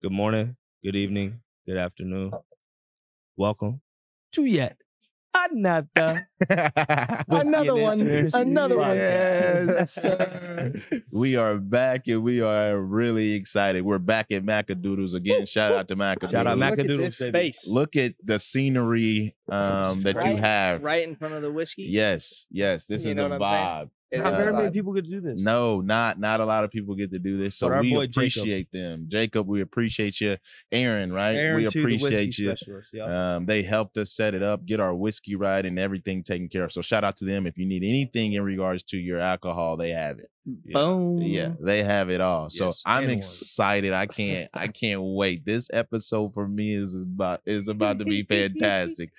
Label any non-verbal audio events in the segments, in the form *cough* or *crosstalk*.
Good morning, good evening, good afternoon. Welcome Oh. to yet another *laughs* *laughs* Another one. Another one. *laughs* Yes, sir. we are back and we are really excited. We're back at Macadoodles again. Shout out to Macadoodles. Shout out Look at Macadoodle this City. space Look at the scenery um, that you Right, have. right in front of the whiskey. Yes, yes. This You is know the what I'm vibe. It Not is very a many vibe. people could do this. No, not not a lot of people get to do this. So But our we boy Jacob. appreciate them. Jacob, we appreciate you. Aaron, right? we Aaron, too, the whiskey appreciate you. specialist, yeah. Um, they helped us set it up, get our whiskey right and everything taken care of. So shout out to them. If you need anything in regards to your alcohol, they have it. Boom. Yeah, they have it all. So Yes, I'm and one. excited. I can't I can't wait. This episode for me is about is about to be fantastic.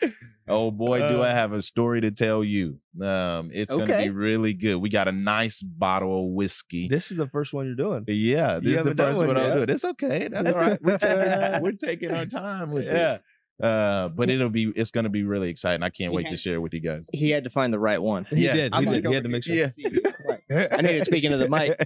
oh boy, do I Uh. have a story to tell you. Um, it's gonna Okay. be really good. We got a nice bottle of whiskey. This is the first one you're doing. yeah, this is the haven't done first one one I'll yet. do. it. It's okay. That's all right. We're taking, we're taking our *laughs* time with it. Uh, but it'll be it's gonna be really exciting. I can't wait to Yeah. share it with you guys. He had to find the right one. He Yes. did. I'm He, like did. he over had to make sure. *laughs* Yeah. I needed to speak into the mic.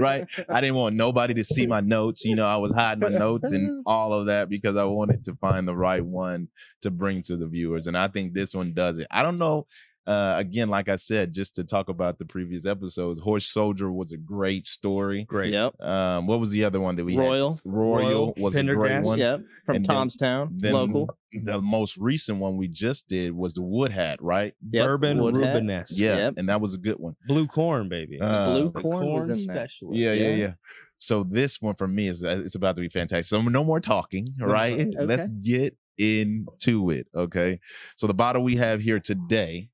*laughs* right. I didn't want nobody to see my notes. You know, I was hiding my notes and all of that because I wanted to find the right one to bring to the viewers. And I think this one does it. I don't know. Uh, again, like I said, just to talk about the previous episodes, Horse Soldier was a great story. Great. *laughs* Yep. Um, what was the other one that we Royal. had? Royal. Royal, was a great Pendergast. one. Yep. From And then- Tomstown, Then local. The most recent one we just did was the Wood Hat, right? Yep. Bourbon Wood Hat. Rubenesque. Yeah, Yep. and that was a good one. Blue corn, baby. Uh, Blue the corn, was in that. specialist. Yeah, yeah, Yeah. yeah. So this one for me is uh, it's about to be fantastic. So no more talking, *laughs* more right? talking. Let's get into it, okay? So the bottle we have here today,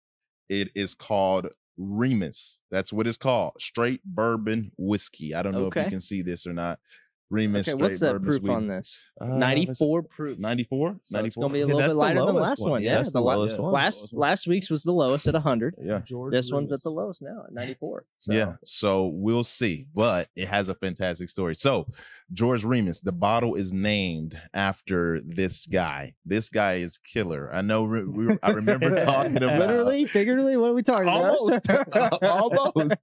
it is called Remus. That's what it's called. Straight bourbon whiskey. I don't know if Okay. you can see this or not. Remus Okay, straight what's that bourbon proof Sweden. on this? Uh, let's- 94 proof. 94? So it's gonna 94? be a Yeah, little that's bit the lighter than lowest last one. one. Yeah, Yeah, that's the the li- lowest one. last last week's was the lowest at 100. yeah. George This one's at Rubenesque. the lowest now at 94. So. Yeah. So we'll see, but it has a fantastic story. So George Remus, the bottle is named after this guy. This guy is killer. I know. re- We, I *laughs* remember talking uh, about Literally, figuratively, what are we *laughs* talking almost, about? almost.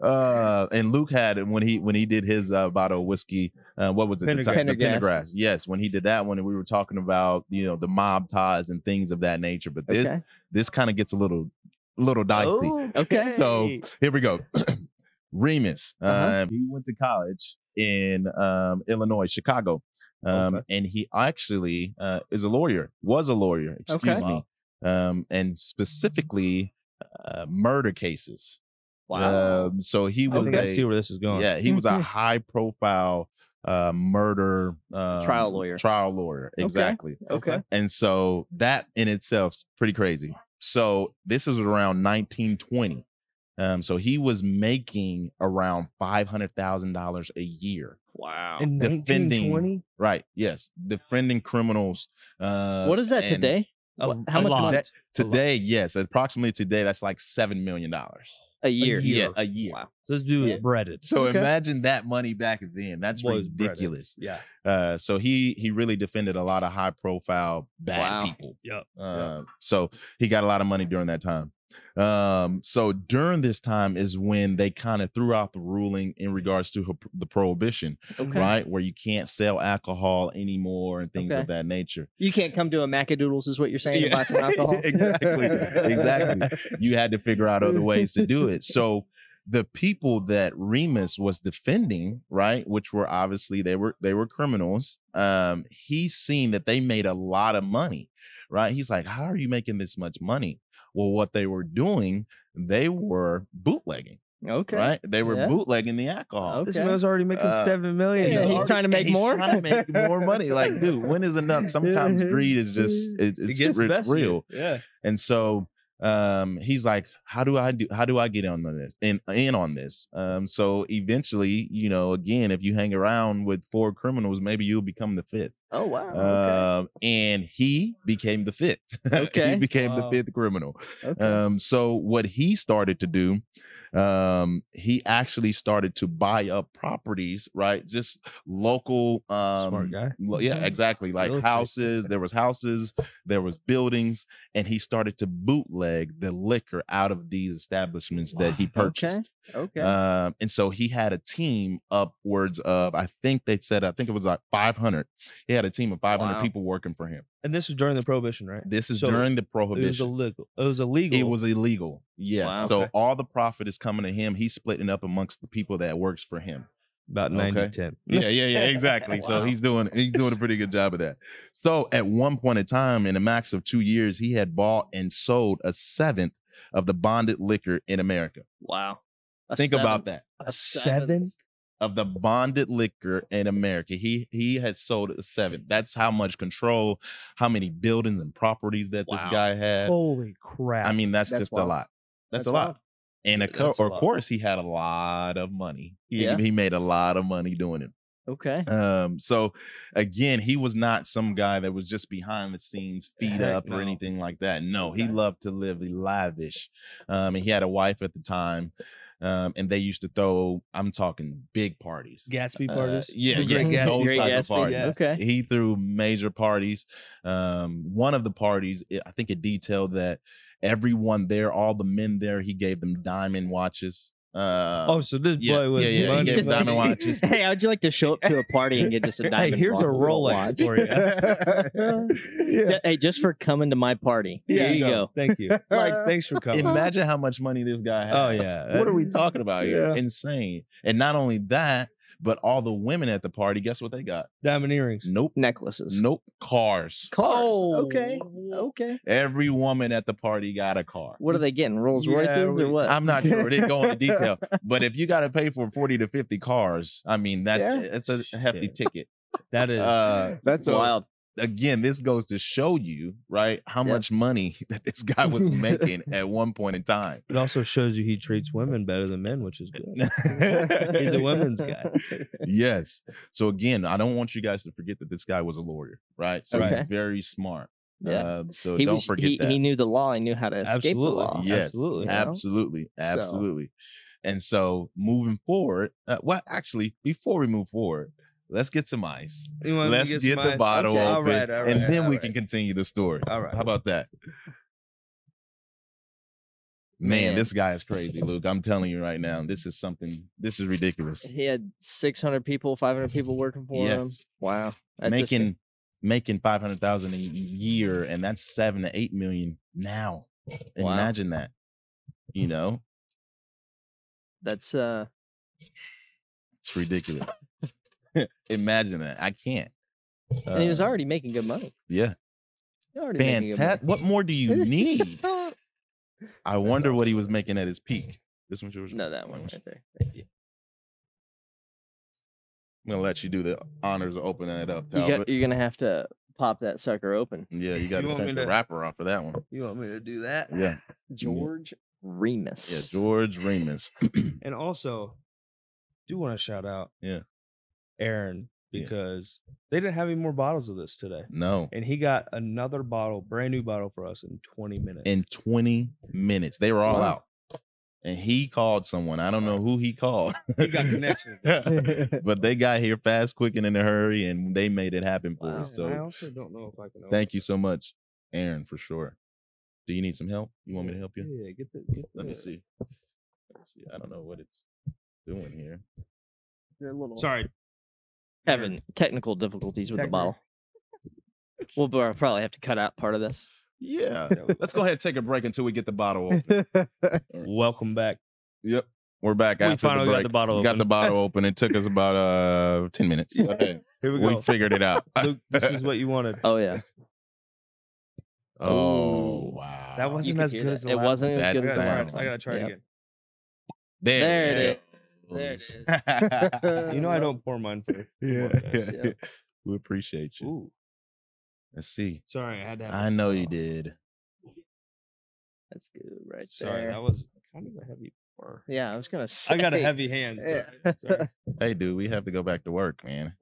Uh, and Luke had it when he when he did his uh, bottle of whiskey. Uh, what was it? The, ti- the Pendergast. Pendergrass. Yes, when he did that one, and we were talking about you know the mob ties and things of that nature. But this Okay. this kind of gets a little little dicey. Okay. So Hey. here we go. *clears throat* Remus, Uh-huh. um, he went to college in um, Illinois, Chicago, um, Okay. and he actually uh, is a lawyer. Was a lawyer, excuse Okay. me, um, and specifically uh, murder cases. Wow. Um, so he I was think I see a, where this is going. yeah, he was a Mhm. high profile uh, murder um, trial lawyer. Trial lawyer, exactly. okay. And so that in itself's pretty crazy. So this is around 1920. Um, so he was making around five hundred thousand dollars a year. Wow. In Defending- 1920, Right. Yes. Defending criminals. Uh, what is that and today? A- What- how a much lot. money? That, today, yes, approximately today, that's like seven million dollars. A year. year. Yeah, a year. Wow. so this dude Yeah. is breaded. So Okay. imagine that money back then. That's Was breaded. ridiculous. Yeah. Uh, so he he really defended a lot of high profile bad Wow. people. Yep. Uh, So he got a lot of money during that time. Um, so during this time is when they kind of threw out the ruling in regards to her- the prohibition, Okay. right? Where you can't sell alcohol anymore and things Okay. of that nature. You can't come to a Macadoodles, is what you're saying, and Yeah. buy some alcohol. *laughs* Exactly. *laughs* Exactly. You had to figure out other ways to do it. So the people that Remus was defending, right, which were obviously they were they were criminals. Um, he's seen that they made a lot of money, right? He's like, how are you making this much money? Well, what they were doing, they were bootlegging, *laughs* Okay. right? They were Yeah. bootlegging the alcohol. Okay. This man's already making Uh, seven million. yeah, And he's dollars. trying to and make he's more? Mm-hmm. trying to make more money. *laughs* Like, dude, when is *laughs* enough? Sometimes greed is just it- It it's, gets the it's best of you. real. Yeah. And so um he's like, How do I do how do I get in on this in in on this? Um so eventually, you know, again, if you hang around with four criminals, maybe you'll become the fifth. Oh, wow. Okay. Um and he became the fifth. *laughs* he Okay. became Wow. the fifth criminal. okay. Um so what he started to do um he actually started to buy up properties right just local um Smart guy. Mm-hmm. lo- yeah Mhm. exactly like Real estate. houses there was houses there was buildings and he started to bootleg the liquor out of these establishments that he Okay. purchased Okay. Um, and so he had a team upwards of, I think they said, I think it was like 500. He had a team of 500 Wow. people working for him. And this was during the prohibition, right? This is So during the It was prohibition. illegal. It was illegal. It was illegal. Yes. Wow. So Okay. all the profit is coming to him. He's splitting up amongst the people that works for him. about okay. 90 10. *laughs* Yeah, yeah, yeah, exactly. *laughs* So Wow. he's doing he's doing a pretty good job of that. So at one point in time, in a max of two years, he had bought and sold a seventh of the bonded liquor in America. wow. A Think about seventh. that. A seventh? Of the bonded liquor in America, he he had sold a seventh. That's how much control, how many buildings and properties that this Wow. guy had. Holy crap. I mean, that's, That's just wild. a lot. That's, That's a lot. wild. And of That's co- a of lot. course, he had a lot of money. He, Yeah. he made a lot of money doing it. Okay. *laughs* Um, so again, he was not some guy that was just behind the scenes, feet Heck up no. or anything like that. No, he Okay. loved to live lavish. Um, and he had a wife at the time. Um, and they used to throw, I'm talking big parties. Gatsby Uh, parties. yeah, The yeah, Great Gatsby. those Great type of Gatsby, parties. yeah. Okay. He threw major parties. Um, one of the parties, it- I think it detailed that everyone there, all the men there, he gave them diamond watches. Uh, Oh, so this yeah, boy was yeah, yeah, he money, gave money. *laughs* diamond watches. Hey, how'd you like to show up to a party and get just a diamond? *laughs* Hey, here's a watch? Rolex *laughs* Watch. for you. *laughs* Ju- Hey, just for coming to my party. Yeah, Here you no, go. Thank you. Like, thanks for coming. Imagine how much money this guy had. Uh-huh. oh yeah. What are we talking about here? Yeah. Insane. And not only that, but all the women at the party, guess what they got? Diamond earrings. Nope. Necklaces. Nope. Cars. Cars. Oh. Okay. Okay. Every woman at the party got a car. What are they getting? Rolls Yeah, Royces we- or what? I'm not sure. We didn't go *laughs* into detail. But if you got to pay for 40 to 50 cars, I mean, that's Yeah. it's a hefty Shit. ticket. That is Uh, That's so wild. Again, this goes to show you, right, how Yeah. much money *laughs* that this guy *laughs* was making at one point in time. it also shows you he treats women better than men, which is *laughs* good. *laughs* He's He's a women's *laughs* guy. yes. So again, I don't want you guys to forget that this guy was a lawyer, right? So Okay. he's very smart. Yeah. Um, so he don't was, forget he, that. he knew the law. He knew how to escape the Absolutely. law. Yeah. yes, absolutely. absolutely, You know? absolutely, absolutely. And so moving forward, uh, well, actually, before we move forward, let's get some ice. You want me to Let's get, some the ice? bottle Okay, open, all right, all right, and then all we right. can continue the story. All right. How about that? Man, Man. this guy is crazy, Luke. I'm telling you right now, this is something. This is ridiculous. He had 600 people, 500 people working for him. Yes. Wow. That just- making making five hundred thousand a year, and that's seven to eight million now. Wow. Imagine that. You know, that's uh it's ridiculous. *laughs* Imagine that. I can't. and he was Uh, already making good money. yeah, He already making good money. fantastic. What more do you need? *laughs* Oh, I wonder what he was making at his peak. This one's yours. no, that one right there. Thank you. I'm gonna let you do the honors of opening it up, You got- Talbot. you're gonna have to pop that sucker open. yeah, you got to want me take the to- wrapper off of that one. You want me to do that? Yeah, George yeah. Remus. George Remus. And also, do want to shout out, Yeah. Aaron Yeah. because they didn't have any more bottles of this today, No, and he got another bottle, brand new bottle for us in 20 minutes. in 20 minutes. They were all Wow. out. And he called someone. I don't know who he called. he *laughs* got connections. but they got here fast, quick, and in a hurry, and they made it happen for Wow. us. I So also don't know if I can. thank you so much, Aaron, for sure. Do you need some help? You want me to help you? Yeah, get the. Get Let me the- see. Let's see. I don't know what it's doing here. They're a little- Sorry, having technical difficulties with the Technical. bottle. We'll pro- probably have to cut out part of this. Yeah. Yeah, we- Let's go ahead and take a break until we get *laughs* the bottle open. *laughs* welcome back. Yep. We're back We after finally the got break. the bottle We got open. *laughs* the bottle open. It took us about uh 10 minutes. Okay. Here we we go. *laughs* figured it out. Luke, this *laughs* is what you wanted. Oh yeah, oh, Ooh. wow. That wasn't could as hear good that. as the it last wasn't one. as good I as That's the gotta, bad. last try- I one. gotta try Yep. again. There There it There *laughs* You know I don't pour mine first. Yeah, yeah, yeah. yeah. We appreciate you. Ooh, Let's see. sorry, I had to. Have I know you did. That's good right Sorry, there. that was kind of a heavy *laughs* pour. yeah, I was gonna. Say, I got a heavy hand. Yeah. but- sorry. Hey, dude, we have to go back to work, man.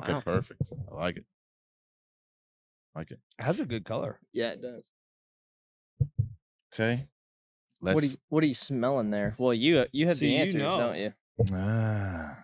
Okay, Wow. perfect. I like it. Like it. It has a good color. Yeah, it does. Okay. Let's. What are you What are you smelling there? Well, you you have See, the you answers, know. don't you? *laughs* Ah,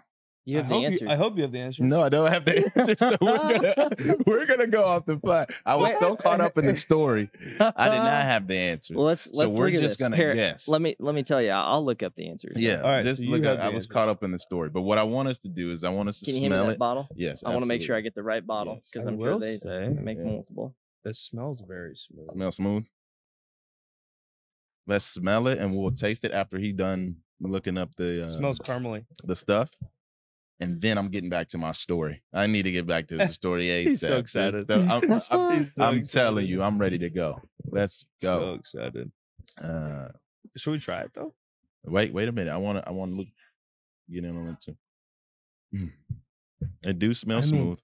You have I the hope you- answer. I hope you have the answer. No, I don't have the answer. So we're *laughs* gonna, we're gonna go off the fly. I was so caught up *laughs* in the story. I did not have the answer. well, let's, let's so we're look at just this. gonna Here, guess. Let me let me tell you. I'll I'll look up the answers. Yeah. All right, just so you look have at I the was answer. caught up in the story. But what I want us to do is I want us to Can you hand me smell that it. bottle? Yes. I want to make sure I get the right bottle Yes. because I I'm will sure they say, they make yeah. multiple. That smells very smooth. smell smooth. Let's smell it and we'll taste it after he done looking up the uh, smells caramely. the stuff. And then I'm getting back to my story. I need to get back to the story *laughs* ASAP. He's so This excited. stuff- *laughs* I'm, I'm- He's so I'm telling excited. you, I'm ready to go. Let's So go. excited. Uh, Should we try it though? wait, wait a minute. I want to. I want to look. Get in on it too. *clears throat* Mm. It do smell I mean, smooth.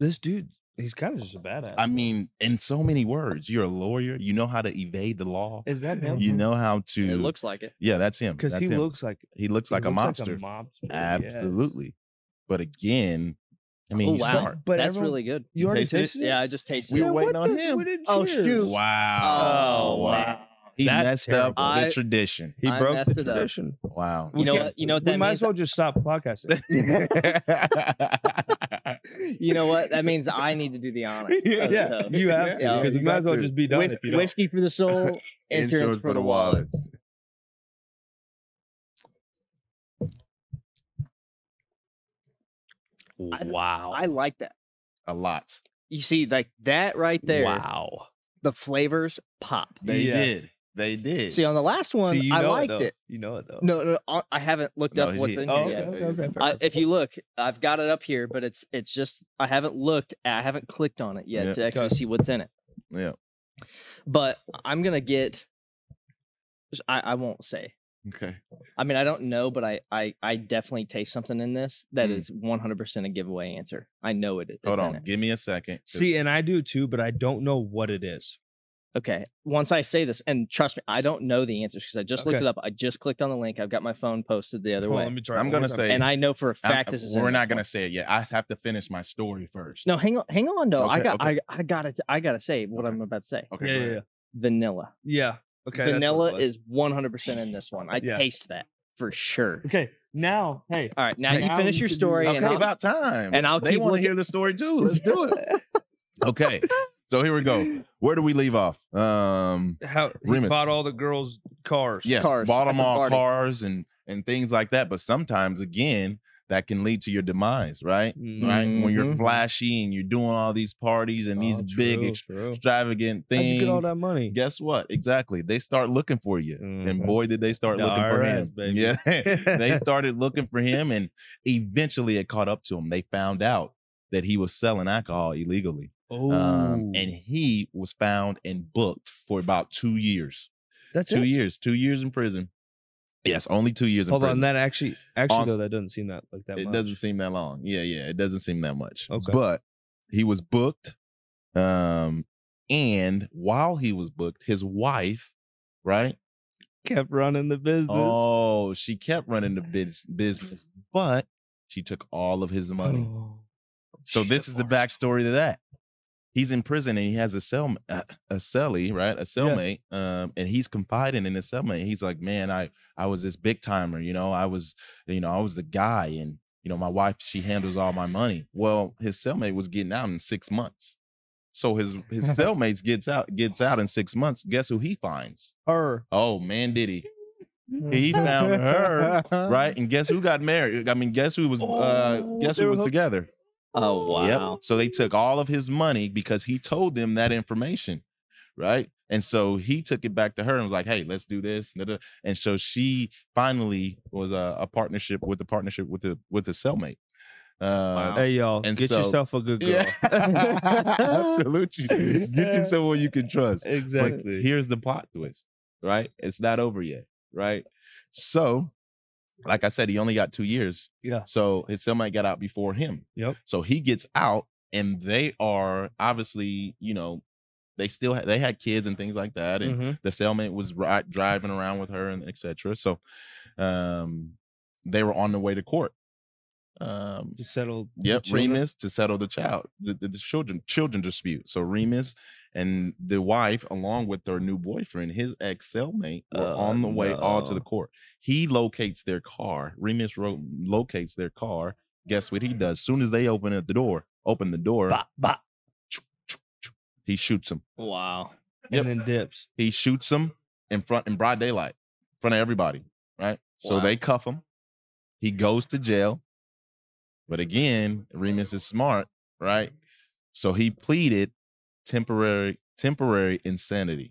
This dude, he's kind of just a badass. I mean, in so many words, you're a lawyer. You know how to evade the law. is that him? You know how to. It looks like it. yeah, that's him. because That's he him. looks like he looks he like a looks mobster. mobster, yeah. Absolutely. But again, I mean, oh he's wow, smart. But that's everyone- really good. You already tasted it? tasted it? Yeah, I just tasted We it. were what waiting on the- him. we didn't Oh, cheers. shoot. Wow. Oh, wow. wow. He That's messed up terrible. the I- tradition. He I broke messed the it up. tradition. Wow. We *laughs* know can't- what- you know what we that might as means? well just stop *laughs* podcasting. You know what? That means I need to do the honor. yeah, So- so- you have to Yeah, because you you might got as well to. just be done Whis- if you don't. whiskey for the soul, insurance for the wallet. I- Wow. I like that. A lot. You see, like that right there. Wow. The flavors pop. They Yeah. did. They did. See, on the last one, See, you I know liked though. it. You know it though. No, no, I- I haven't looked No, up he what's did. in Oh, here okay, yet. okay, okay. I, if you look, I've got it up here, but it's it's just I haven't looked, I haven't clicked on it yet Yeah. to actually Okay. see what's in it. yeah. But I'm gonna get. I, I won't say. Okay. I mean, I don't know, but I I, I definitely taste something in this that Mm. is 100% a giveaway answer. I know it. It's Hold in on. it. Give me a second. 'cause See, and I do too, but I don't know what it is. Okay. Once I say this, and trust me, I don't know the answers because I just looked Okay. it up. I just clicked on the link. I've got my phone posted the other Hold on, way, let me try. it I'm one more gonna time. say- and I know for a I'm- fact this is. in we're this not one. gonna say it yet. I have to finish my story first. No, hang on, hang on though. I Okay, got, okay. I, I gotta, I gotta say what Okay. I'm about to say. Okay. yeah, go yeah, ahead. yeah. Vanilla. Yeah. Okay. that's what it Vanilla was. is 100 percent in this one. I Yeah. taste that for sure. Okay. Now, hey. All right, now Hey, you now finish you your can do- story, Okay, and I'll, about time. and I'll they keep want to looking- hear the story too. Let's do it. *laughs* okay. So here we go. Where do we leave off? Um *gasps* How he Remus. bought all the girls' cars. yeah, Cars bought at them the all party. cars and and things like that. But sometimes again, that can lead to your demise, right? Mm-hmm. Right? When you're Mhm. flashy and you're doing all these parties and these Oh, big true, ex- true. extravagant How'd things. you get all that money? Guess what? Exactly. They start looking for you. And Mhm. boy, did they start The looking for IRS, him. baby. Yeah. *laughs* *laughs* they started looking for him and eventually it caught up to him. They found out that he was selling alcohol illegally. Um, and Ooh. he was found and booked for about two years. that's two it. years, two years in prison. Yes, only two years Hold in on, prison. that actually, actually On- though, that doesn't seem that like that. it much. doesn't seem that long. Yeah, yeah, it doesn't seem that much. Okay. But he was booked. Um, and while he was booked, his wife, right? *laughs* kept running the business. *gasps* Oh, she kept running the biz- business, but she took all of his money. Oh. So this is the backstory to that. He's in prison and he has a cell a, a cellie, right? A cellmate. Um, and he's confiding in his cellmate. He's like, Man, I I was this big timer, you know, I was, you know, I was the guy, and you know, my wife, she handles all my money. Well, his cellmate was getting out in six months. So his his cellmates gets out, gets out in six months. Guess who he finds? Her. Oh man, did he? He found her, right? And guess who got married? I mean, guess who was uh Oh, guess they who were was hooked- together? oh wow, So they took all of his money because he told them that information, right? And so he took it back to her and was like, "Hey, let's do this." da, da. And so she finally was a, a partnership with the partnership with the with the cellmate. *laughs* Uh, Hey y'all, And get so- yourself a good girl. *laughs* yeah, absolutely. *laughs* Get you someone you can trust. But Exactly. here's the plot twist, right? It's not over yet, right? So, like I said, he only got two years. Yeah. So his cellmate got out before him. Yep. So he gets out, and they are obviously, you know, they still ha- they had kids and things like that, and Mhm. the cellmate was ri- driving around with her and etc. So, um, they were on the way to court. Um, To settle. the Yep, children. Remus to settle the child, the, the, the children children dispute. So Remus and the wife, along with their new boyfriend, his ex cellmate, were Oh, on the way all to the no. court. He locates their car. Remus ro- locates their car. Guess what he does? Soon as they open up the door, open the door, Bop, bop, he shoots him. Wow. Yep. and then dips. He shoots him in front in broad daylight, in front of everybody. Right. So Wow. they cuff him. He goes to jail. But again, Remus is smart, right? So he pleaded temporary temporary insanity.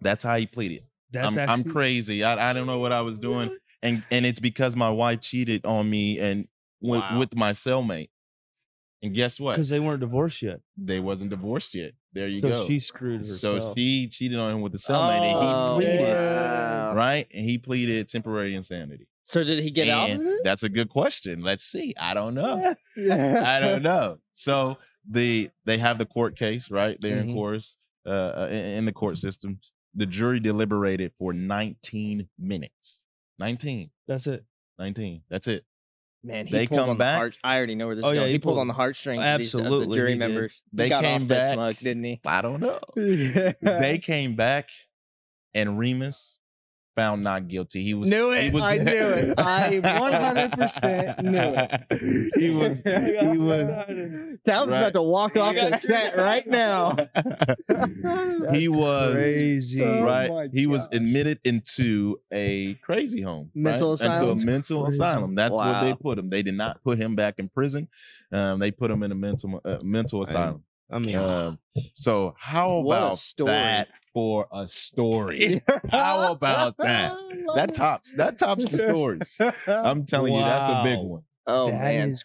That's how he pleaded. That's I'm, I'm actually- crazy. I, I don't know what I was doing, and and it's because my wife cheated on me and with, Wow. with my cellmate. And guess what? because they weren't divorced yet. They wasn't divorced yet. There you so go. she screwed herself. so she cheated on him with the cellmate, Oh, and he pleaded wow. right, and he pleaded temporary insanity. So did he get out? *laughs* And That's a good question. Let's see. I don't know. I I *laughs* don't know. So the they have the court case right there Mhm. in course uh, uh, in, in the court systems. The jury deliberated for 19 minutes. 19, That's it. 19. That's it. Man, he They pulled come on back. The heart, I already know where this Oh, is yeah, going. he He, pulled pulled- on the heartstrings of, these, of Absolutely, the he jury did. members. They got came back. off that smug, didn't he? I don't know. they *laughs* *laughs* they came back, and Remus found not guilty. He was. Knew He it. was, I knew *laughs* it. I 100% knew it. *laughs* He *laughs* was. He was. *laughs* That was Right. about to *laughs* walk off the set *laughs* right now. he was Crazy. Oh right. my he was God. admitted into a crazy home, right? Mental asylum? Into a mental Crazy. asylum. That's what they Wow. put him. They did not put him back in prison. Um, they put him in a mental uh, mental asylum. I mean, Um, so how What a about story. that for a story? uh, *laughs* How about that? That tops. That tops the *laughs* stories. *laughs* I'm telling you, that's a big Wow. one. oh that man, is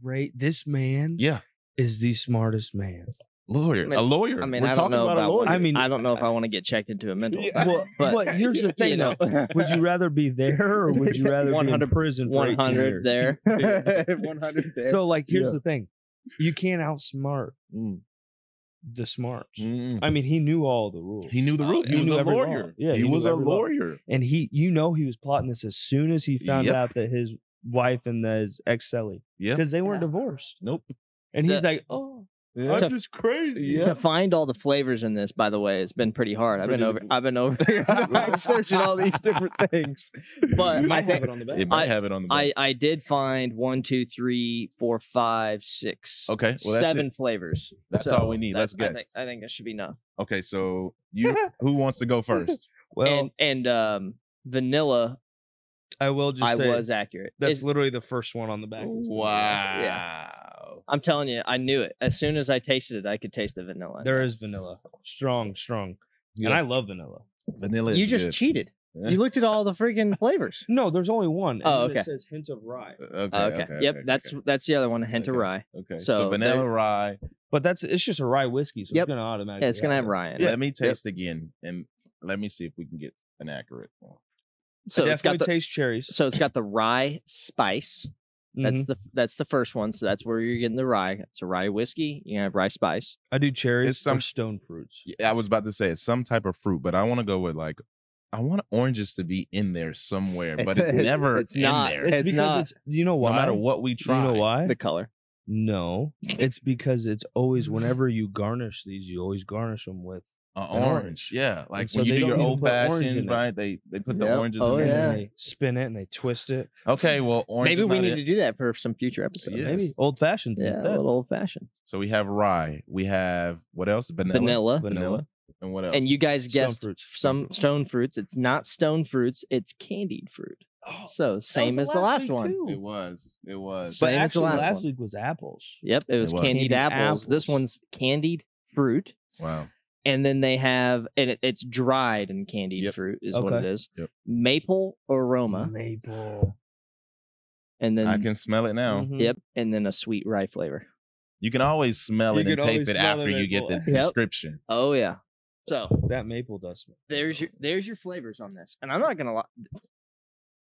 great. This man Yeah, is the smartest man. lawyer. I mean- a lawyer. I mean, we're I don't talking know about, a about lawyer. what- I mean, I don't know if I want to get checked into a mental. *laughs* Yeah. asylum, well, *laughs* but but here's the thing, *laughs* you know, though. Would you rather be there or would you rather be in 100 prison for 18 *laughs* 100 years? there, Yeah. 100 there. So, like, here's Yeah. the thing: you can't outsmart Mm, the smarts. mm. I mean, he knew all the rules, He knew the Oh, rule. He, he was knew a every law. lawyer. Yeah, he, he knew was a every law. lawyer. and he, you know, he was plotting this as soon as he found Yep. out that his wife and his ex Sally, Yeah. because they weren't Yeah. divorced, Nope. and he's The- like, "Oh, Yeah. To- just crazy." Yeah. To *laughs* find all the flavors in this, by the way, it's been pretty hard. I've been Pretty over. difficult. I've *laughs* been over here I'm searching all these different things. But You I might have think it on the back. It might I- have it on the. I back. I did find one, two, three, four, five, six, okay. Well, that's it. seven flavors. That's So all we need. that- Let's I guess. think, I think that should be enough. okay, so *laughs* you who wants to go first? well, and and um, vanilla, I will just I say was Oh accurate. that's It's- literally the first one on the back. I'm telling you, I knew it as soon as I tasted it. I could taste the vanilla. There is vanilla, strong, strong, and I love vanilla. Vanilla. you is just good. cheated. Yeah. You looked at all the freaking flavors. No, there's only one. and Oh, then It okay. says hint of rye, *laughs* Okay. Okay. okay, yep. okay, that's okay. that's the other one. A hint of Okay. rye. okay. So, so vanilla there- rye. but that's it's just a rye whiskey, so Yep. it's gonna automatically. Yeah, it's gonna have rye. In it. Let me taste again, and let me see if we can get an accurate. one. So So I it's got definitely the taste cherries. so it's got the rye spice. Mm-hmm. That's Mhm. the that's the first one. So that's where you're getting the rye. It's a rye whiskey. You have rye spice. I do cherries It's or some- stone fruits. Yeah, I was about to say it's some type of fruit, but I want to go with like I want oranges to be in there somewhere, but *laughs* it's It's- never it's in not. there. *laughs* It's, It's because not- it's you know why. no matter what we you try. know why? The color. No, it's because it's *laughs* always whenever you garnish these, you always garnish them with. An An orange. uh, orange, yeah. Like so when they you do don't your even old put orange in fashioned, it. right? They they put the Yep. oranges. Oh, in and then there. yeah. they spin it and they twist it. Okay, well, orange. Maybe is we not need it. to do that for some future episode. Yeah. Maybe old fashioned. Yeah, a little old fashioned. So we have rye. We have what else? Vanilla. Vanilla. Vanilla. And what else? And you guys Stone guessed fruits, some stone fruits. It's not stone fruits. It's candied fruit. Oh, So same as the last, one. It was. It was. But Same as the actually, last, last one. week was apples. Yep, it was, was. candied Candied apples. This apples. one's candied fruit. wow. and then they have and it, it's dried and candied Yep. fruit is what it Okay. Mm. is. Yep. Maple aroma, Maple. and then I can smell it now. Mhm. yep, and then a sweet rye flavor. You can always smell You it can and always taste it smell after it you as get the well. Yep. description. Oh yeah. So That maple does. smell there's your good. there's your flavors on this, and I'm not gonna lie,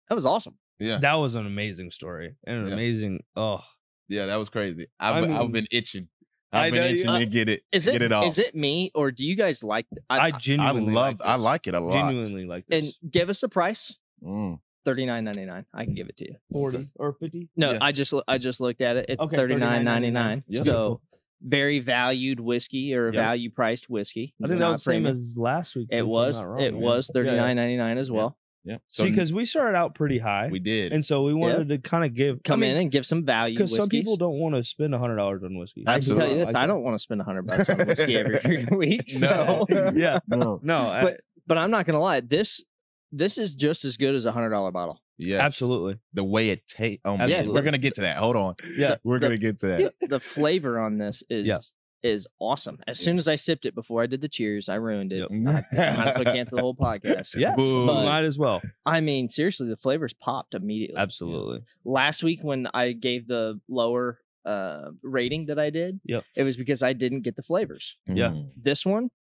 that was awesome. Yeah. That was an amazing story and an Yeah. amazing. Oh, Yeah, that was crazy. I've, I I have mean- been itching. I I've know been you- itching to get it. Is get it, it off. is it me or do you guys like? th- I, I genuinely love. I this. like it a lot. genuinely like this. and give us a price Mm. thirty nine ninety nine. I can give it to you. Mm-hmm. forty or fifty. No, Yeah. I just loo- I just looked at it. It's Okay, thirty nine ninety $39.99. nine. Yeah. So very valued whiskey or a Yep. value priced whiskey. I think that not was same as premium. last week. if it I'm was not wrong, it yeah. was Yeah, yeah. thirty nine ninety nine as well. Yeah. So See, because we started out pretty high, we did. and so we wanted to kind of give Come in and give some value. because some people whiskeys. don't want to spend hundred dollars on whiskey. I can tell you Absolutely. this: I don't want to spend hundred bucks *laughs* on whiskey every week. So, No. *laughs* yeah, No. no, I- But- but I'm not gonna lie. This this is just as good as a hundred dollar bottle. *laughs* Yes. absolutely. The way it takes. Oh, Absolutely. Uh, man. We're going to get to that. Hold on. Yeah. We're The- going to get to that. the flavor on this is Yeah. is awesome. As soon as I sipped it before I did the cheers, I ruined *laughs* it. Yep. I *laughs* might as well cancel the whole podcast. Yeah. Boo. But- Might as well. I mean, seriously, the flavors popped immediately. Absolutely. Last week when I gave the lower uh rating that I did, Yep. it was because I didn't get the flavors. Yeah. Mm. This one, *sighs*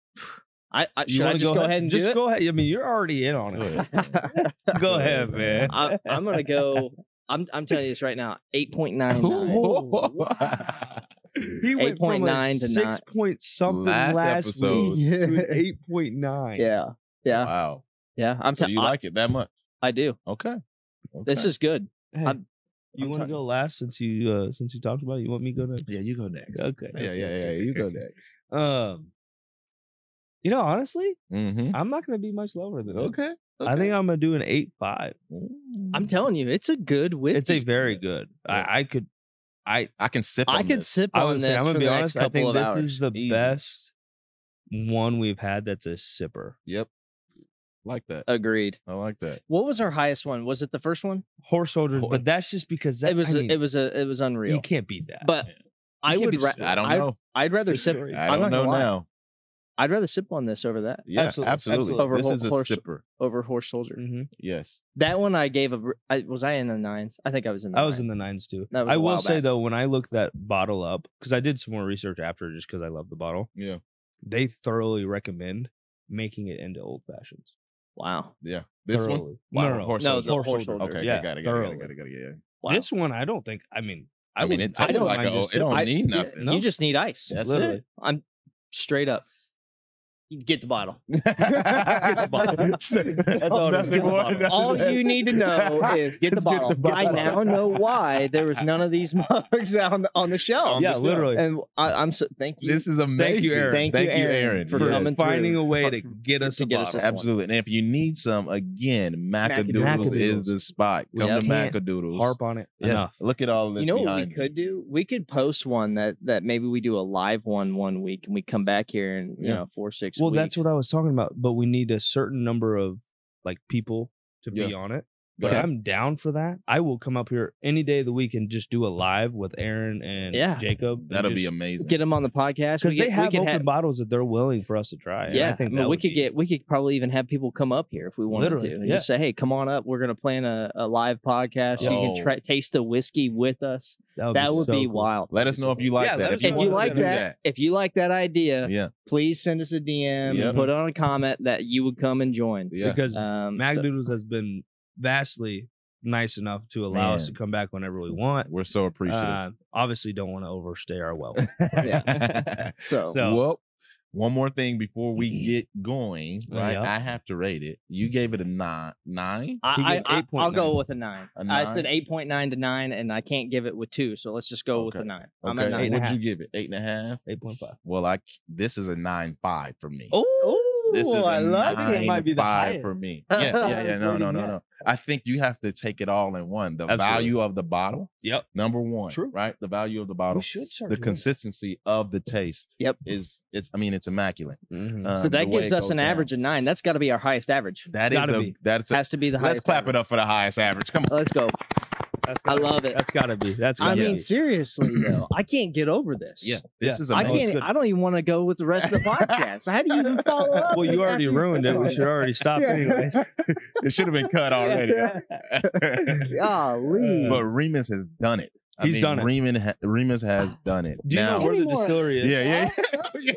I, I You should I wanna just go, ahead and just do it? go ahead. I mean, you're already in on *laughs* it. Mm, go ahead, man. I, I'm *laughs* gonna go. I'm I'm telling you this right now. Eight point nine nine. Oh, *laughs* He went from a 8.9 to six nine. point something last, Last *laughs* episode. week to eight point nine. Yeah, yeah, Wow. yeah. I'm so telling you like it that much? I do. Okay. This Okay. is good. I'm- you I'm want to trying- go last since you uh since you talked about it? You want me to go next? Yeah, you go next. Okay. Yeah, yeah, yeah. You go next. Um, you know, honestly, Mm-hmm. I'm not gonna be much lower than that. Okay. I think I'm gonna do an eight five. I'm telling you, it's a good whiskey. It's a very good. I, I could, I, I can sip. I on could this. sip I on would this say I'm for gonna be the honest. next I couple think of this hours. is the Easy. best one we've had that's a sipper. Yep. Like that. Uh, Agreed. I like that. What was our highest one? Was it the first one? Horse soldiers, Hor- but that's just because that it was. I a- mean, it was a. It was unreal. you can't beat that. But Yeah. I can't would. be Ra- sure. I don't I- know. I'd rather It's sip. very- I I'm don't not gonna know lie. now. I'd rather sip on this over that Yeah, Absolutely, absolutely. absolutely. This Over is a Mm. horse- sipper. over horse soldier. Mhm. Yes. That one I gave a. br- I, was I in the nines? I think I was in. the I was in the nines. nines too. That was I a will while say back. though, when I looked that bottle up, because I did some more research after, just because I love the bottle, Yeah. they thoroughly recommend making it into old fashions. Wow. Yeah. This thoroughly. one. No, Wow, no, no. horse No, soldier. the horse soldier. soldier. Okay. Yeah, Yeah. Got it. Got it. Got thoroughly. it. Got it. Got it. Yeah. Wow. This one, I don't think. I mean, I, I, mean, it wouldn't- I tastes don't like mind a, it just don't sipping. need *laughs* Yeah, nothing. No. You just need ice. That's Literally. it. I'm straight up. Get the bottle. *laughs* all it is. Nothing more, nothing All less. you need to know *laughs* is get the Just get bottle. the I bottle. now know why there was none of these *laughs* mugs on the, on the shelf. on yeah, the shelf. literally. And I, I'm so thank you. This is amazing. Aaron. Thank, you, Aaron, for For Yeah. coming finding through. a way For- to get us to a get us bottle. a- Absolutely. And if you need some, again, Macadoodles. Macadoodles is the spot. Come Yeah. to Can't Macadoodles. Harp on it Yeah. enough. Look at all of this. You know what we behind could do? We could post one that that maybe we do a live one one week and we come back here and you Yeah. know four six. Well, weeks. that's what I was talking about. But we need a certain number of like people to be Yeah. on it. But But I'm down for that. I will come up here any day of the week and just do a live with Aaron and Yeah. Jacob. and that'll be just- amazing. get them on the podcast because We they get- we have could open have- bottles that they're willing for us to try. and Yeah, I think mean, that we would could be- get we could probably even have people come up here if we wanted Literally, to and yeah. just say, hey, come on up. We're gonna plan a, a live podcast. You Oh. can try, taste the whiskey with us. would that would so be cool. wild. Let us know if you like Yeah, let that. us know if wanted you to like do that, if you like that idea, Yeah. please send us a DM Yep. and put on a comment that you would come and join. Yeah. because Um, so- Magnoodles has been vastly nice enough to allow us to Man. come back whenever we want. We're so appreciative. Uh, obviously, don't want to overstay our welcome. *laughs* *laughs* yeah. so, So- Well, one more thing before we get going, Uh, right? yeah. I have to rate it. You gave it a nine. Nine? He I, gave I, I, I'll 8.9. go with a nine. A I said 8.9 to 9, and I can't give it with two. So let's just go with a Okay. nine. I'm Okay. at nine. and a What'd half. you give it? Eight and a half? Eight point five. Well, I c- this is a nine five for me. Oh, this is a I love it. nine It might be the five highest. for me. Yeah, yeah, yeah. No, no, no, no. I think you have to take it all in one. The Absolutely. value of the bottle, Yep. number one, True. right? The value of the We Oh, bottle, should start the doing that. consistency of the taste. Yep. is it's. I mean, it's immaculate. Mhm. Um, So the that way gives it us goes an down. average of nine. That's got to be our highest average. That is Gotta a. be. That's a. Has to be the highest. Let's clap it up for the highest average. Come on. *laughs* Let's go. That's I gotta- love it. That's gotta be. That's gotta I be. mean, seriously *clears throat* though, I can't get over this. Yeah, this Yeah. is I amazing. It's can't. good. I don't even want to go with the rest *laughs* of the podcast. How do you even follow up? well, you already after ruined it. We finish? should already stop Yeah. anyways. it should have been cut already. *laughs* *laughs* Golly. but Remus has done it. He's done it. Remus ha- Remus has done it. Do you now, know where the Anymore. distillery is? yeah, *laughs* yeah.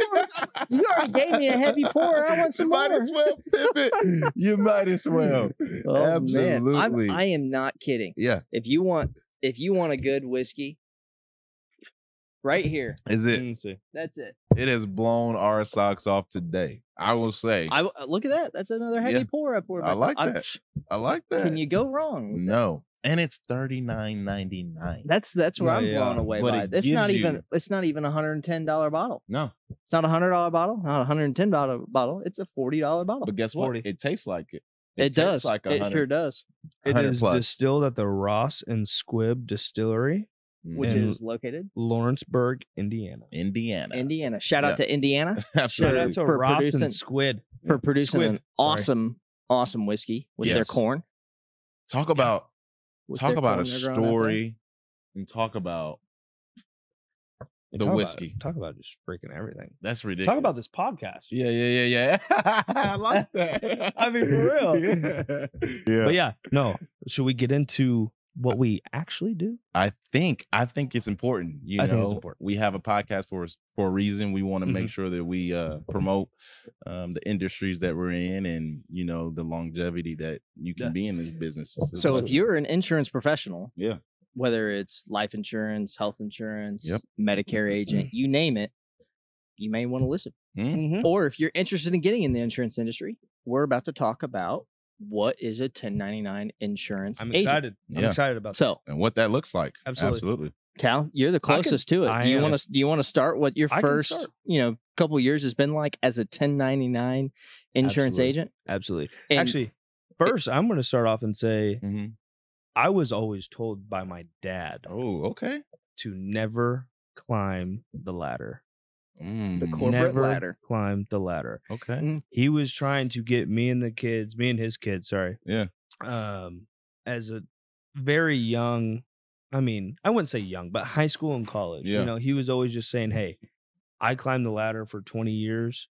You already gave me a heavy pour. I want some You might more. as well tip *laughs* it. You might as well. *laughs* Oh, man. I'm- Absolutely. I am not kidding. Yeah, If you want, if you want a good whiskey, right here. is Let it? me Mm, see. That's it. It has blown our socks off today. I will say. I uh, look at that. That's another heavy Yeah. pour I poured. I myself. like I'm- that. I like that. Mm. Can you go wrong? no, and it's thirty nine ninety nine. That's that's where No, I'm yeah, blown away but by. it It. It's not gives even you- it's not even a hundred and ten dollar bottle. No, It's not a hundred dollar bottle. Not a hundred and ten dollar bottle. It's a forty dollar bottle. but guess what? 40. It tastes like it. it tastes does. like a it sure hundred. does. It 100 is plus. distilled at the Ross and Squibb Distillery, Which And- is located Lawrenceburg, Indiana. Indiana. Indiana. Shout out Yeah. to Indiana Shout out *laughs* Absolutely. to For Ross producing- and Squid. for producing Squid, an sorry. awesome, awesome whiskey with their Yes. corn. Talk about with talk their about a corn they're growing out there. story, and talk about Yeah, The talk about- whiskey. talk about just freaking everything. that's ridiculous. Talk about this podcast. Yeah, yeah, yeah, yeah. I like *laughs* that. I mean, for real. Yeah. But yeah, no. Should we get into what we actually do? I think I think it's important. You I think know, it's important. we have a podcast for us for a reason. We want to make Mhm. sure that we uh, promote um, the industries that we're in, and you know the longevity that you can Yeah. be in this business. It's just So like- if you're an insurance professional, Yeah. whether it's life insurance, health insurance, Yep. Medicare agent, you name it, you may want to listen. Mm-hmm. Or if you're interested in getting in the insurance industry, we're about to talk about what is a 1099 insurance I'm agent. excited. I'm Yeah. excited about that. So, and what that looks like, Absolutely. Cal, you're the I can- closest to it. I do you am. want to do you want to start what your I can first, start. you know, couple years has been like as a 1099 insurance Absolutely. agent? Absolutely. And- Actually, first I'm going to start off and say Mhm. I was always told by my dad Oh, okay. to never climb the ladder. The Mm, corporate never ladder. Climb the ladder. Okay. He was trying to get me and the kids, me and his kids, sorry. Yeah. Um as a very young, I mean, I wouldn't say young, but high school and college. Yeah. You know, he was always just saying, "Hey, I climbed the ladder for 20 years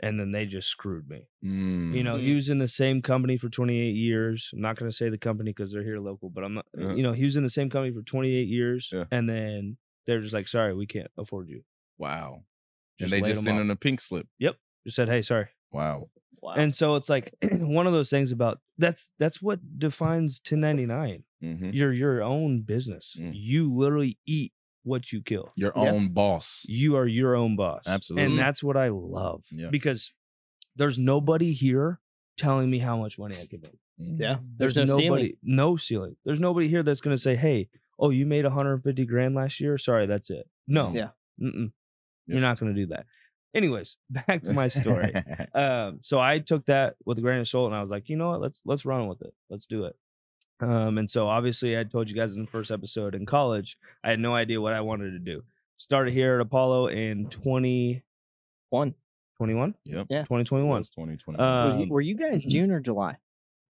and then they just screwed me." You Mm. Mm-hmm. know, he Mhm. was in the same company for 28 years. I'm not going to say the company because they're here local, but I'm not, Uh-huh. you know, he was in the same company for 28 years. Yeah. And then they're just like, sorry, we can't afford you. Wow. Just and they laid just him sent off. in a pink slip. Just said, hey, sorry. Wow. Wow. And so it's like *clears throat* one of those things about that's that's what defines 1099. Mm-hmm. Mhm. You're your own business. Mm. You literally eat what you kill. Your Yeah. own boss. you are your own boss. Absolutely. And that's what I love Yeah. because there's nobody here telling me how much money I can make. yeah, Mm. there's, no stealing. nobody, no ceiling. There's nobody here that's going to say, "Hey, oh, you made 150 grand last year. Sorry, that's it." No, Yeah. Mm-mm. Yeah. you're not going to do that. Anyways, *laughs* back to my *laughs* story. um, so I took that with a grain of salt, and I was like, you know what? Let's let's run with it. Let's do it. Um, and so obviously, I told you guys in the first episode in college, I had no idea what I wanted to do. Started here at Apollo in 2021, One. 2021. *laughs* yep. Yeah. It was 2020. Uh, Was you- Um, were you guys June or July?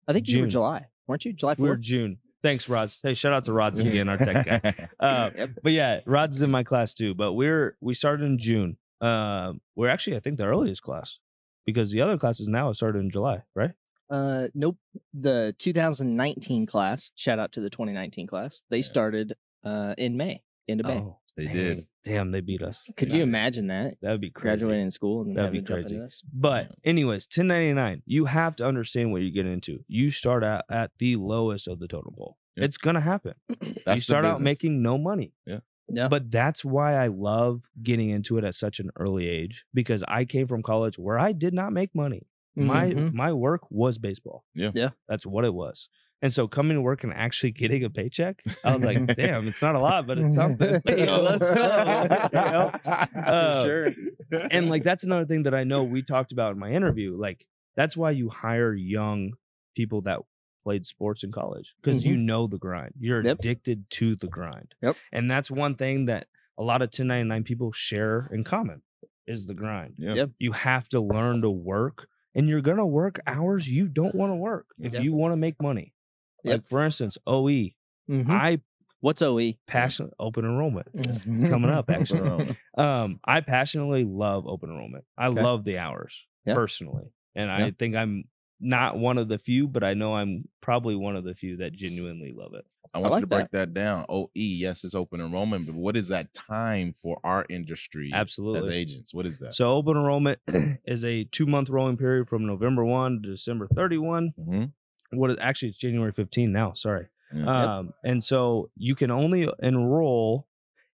I think you were June. July, weren't you? July We're fourth. June. Thanks, Rods. Hey, shout out to Rods *laughs* again, our tech guy. Uh, Yep. but yeah, Rod's is in my class too. But we're we started in June. Um, we're actually I think the earliest class because the other classes now started in July, right? Uh, nope. The 2019 class. Shout out to the 2019 class. They Yeah. started uh in May, end of May. Oh, *laughs* they dang. did. Damn, they beat us. Could yeah. you imagine that? That would be crazy. Graduating school and That'd be having to jump into crazy. this. But anyways, 1099. You have to understand what you get into. You start out at the lowest of the totem pole. Yeah. It's gonna happen. That's you the start out business. making *laughs* no money. Yeah. But that's why I love getting into it at such an early age because I came from college where I did not make money. My Mhm. my work was baseball. Yeah. Yeah. That's what it was. And so coming to work and actually *laughs* getting a paycheck, I was like, damn, it's not a lot, but it's something. *laughs* You know, *laughs* *laughs* let's go. You know? Uh, sure. And *laughs* like that's another thing that I know we talked about in my interview. Like that's why you hire young people that played sports in college because you know the grind. You're Mm-hmm. Yep. addicted to the grind. Yep. And that's one thing that a lot of 1099 people share in common is the grind. Yeah. Yep. You have to learn to work and you're going to work hours you don't want to work if Yep. you want to make money. Like Yep. for instance, OE, Mhm. I What's E? OE? passion open enrollment. It's coming up, actually. *laughs* Corona. Um, I passionately love open enrollment. I Okay. love the hours Yeah. personally, and Yeah. I think I'm not one of the few, but I know I'm probably one of the few that genuinely love it. I want like you to break that. down. OE, yes, it's open enrollment, but what is that time for our industry as Absolutely. agents? What is that? So open enrollment *clears throat* is a two month rolling period from November one to December thirty one. Mhm. What is actually it's January 15 now. Sorry. Mm, Yeah. Um, And so you can only enroll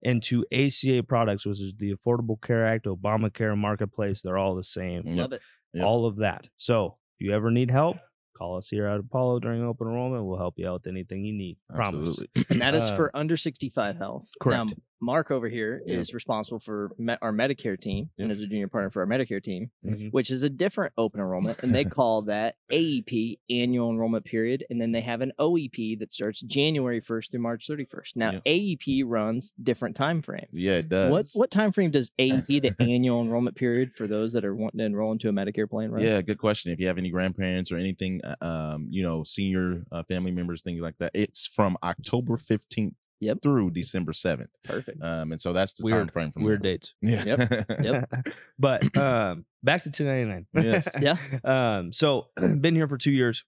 into ACA products, which is the Affordable Care Act, Obamacare Marketplace. They're all the same. Yeah. Love it. Yep. all of that. So if you ever need help, Call us here at Apollo during open enrollment. We'll help you out with anything you need. Promise. Absolutely. *laughs* And that is Uh, for under 65 health. correct. Now, Mark over here is Yeah. responsible for me- our Medicare team and Yep. is a junior partner for our Medicare team, Mhm. which is a different open enrollment. And *laughs* they call that AEP, annual enrollment period. And then they have an OEP that starts January 1st through March 31st. Now, Yep. AEP runs different time frame. Yeah, it does. What what time frame does AEP, *laughs* the annual enrollment period, for those that are wanting to enroll into a Medicare plan, run? Yeah, good question. If you have any grandparents or anything, uh, um, you know, senior uh, family members, things like that, it's from October fifteenth Yep. through December seventh. perfect. Uh, Um, and so that's the Weird- time frame from Weird there. dates. Yeah. *laughs* Yep. but um, back to 1099. *laughs* Yes. Yeah. Um, so *clears throat* been here for two years,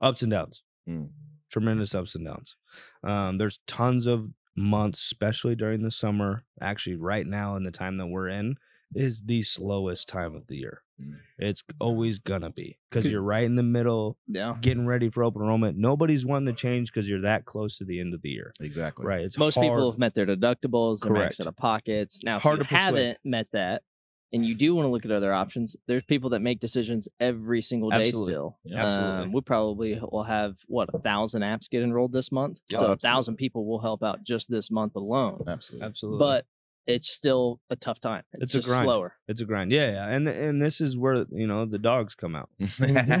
ups and downs, Mm. tremendous ups and downs. Um, there's tons of months, especially during the summer. Actually, right now in the time that we're in is the slowest time of the year. Mm. It's always gonna be because Could- you're right in the middle, Yeah. getting ready for open enrollment. Nobody's wanting to change because you're that close to the end of the year. Exactly. Right. It's Most people hard. have met their deductibles, their max Correct. out of pockets. Now, if Hard you to persuade. haven't met that, and you do want to look at other options, there's people that make decisions every single day Absolutely. still. Yeah. Absolutely. Um, we probably will have what a thousand apps get enrolled this month. Yeah, so a absolutely. thousand people will help out just this month alone. Absolutely. absolutely. But it's still a tough time. It's, It's a just grind. slower. It's a grind. Yeah, yeah. And and this is where, you know, the dogs come *laughs* out. *laughs*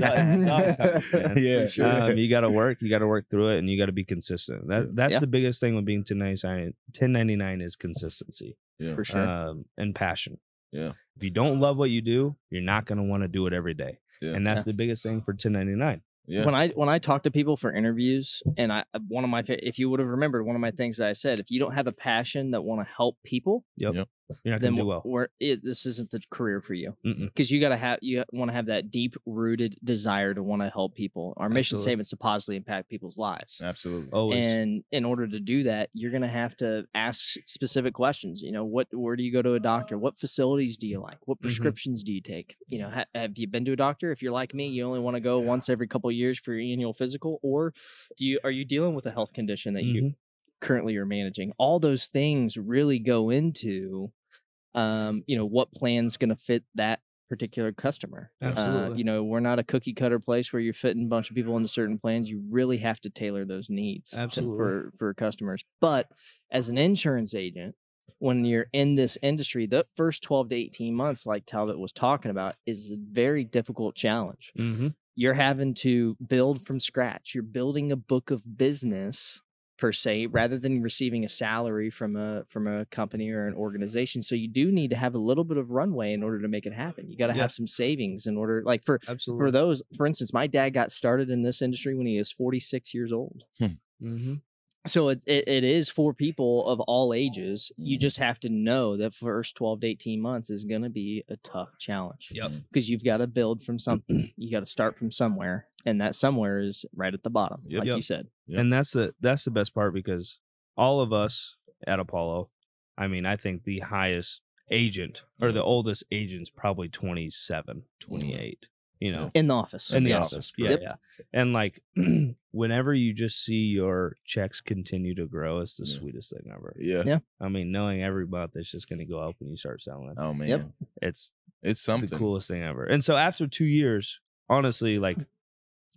*laughs* yeah. Um, you got to work, you got to work through it and you got to be consistent. Yeah. That that's Yeah. the biggest thing with being 1099 1099 is consistency Yeah. For sure. um, and passion. Yeah. If you don't love what you do, you're not going to want to do it every day. Yeah. And that's Yeah. the biggest thing for 1099. Yeah. when I when I talk to people for interviews, and I uh, one of my fa- if you would have remembered one of my things that I said, if you don't have a passion that want to help people, You're not then going to we do well. we're, it, this isn't the career for you Mm-mm. because you gotta have you want to have that deep rooted desire to want to help people. Our mission Absolutely. statements to positively impact people's lives. Absolutely. Oh, Always. And in order to do that, you're going to have to ask specific questions. You know, what, where do you go to a doctor? What facilities do you like? What prescriptions do you take? You know, ha- have you been to a doctor? If you're like me, you only want to go once every couple years for your annual physical, or do you, are you dealing with a health condition that you Mhm. currently are managing? All those things really go into, um, you know, what plan's going to fit that particular customer. Uh, Absolutely. you know, we're not a cookie cutter place where you're fitting a bunch of people into certain plans. You really have to tailor those needs to- Absolutely. for for customers. But as an insurance agent, when you're in this industry, the first 12 to 18 months, like Talbot was talking about, is a very difficult challenge. Mhm. You're having to build from scratch. You're building a book of business per se rather than receiving a salary from a from a company or an organization so you do need to have a little bit of runway in order to make it happen you got to Yeah. have some savings in order like for Absolutely. for those for instance my dad got started in this industry when he was 46 years old Mhm. so it, it, it is for people of all ages Mm-hmm. you just have to know that first 12 to 18 months is going to be a tough challenge Yep. because you've got to build *clears throat* from something you got to start from somewhere and that somewhere is right at the bottom Yep. like Yep. you said Yep. And that's the that's the best part because all of us at Apollo, I mean, I think the highest agent or the oldest agent's probably 27, 28, you know, in the office in the Yes. office. Yeah, Yep. yeah. And like *clears throat* whenever you just see your checks continue to grow, it's the Yeah. sweetest thing ever. Yeah. I mean, knowing every month it's just going to go up when you start selling. Oh man. Yep. It's It's something. the coolest thing ever. And so after two years, honestly, Hmm. like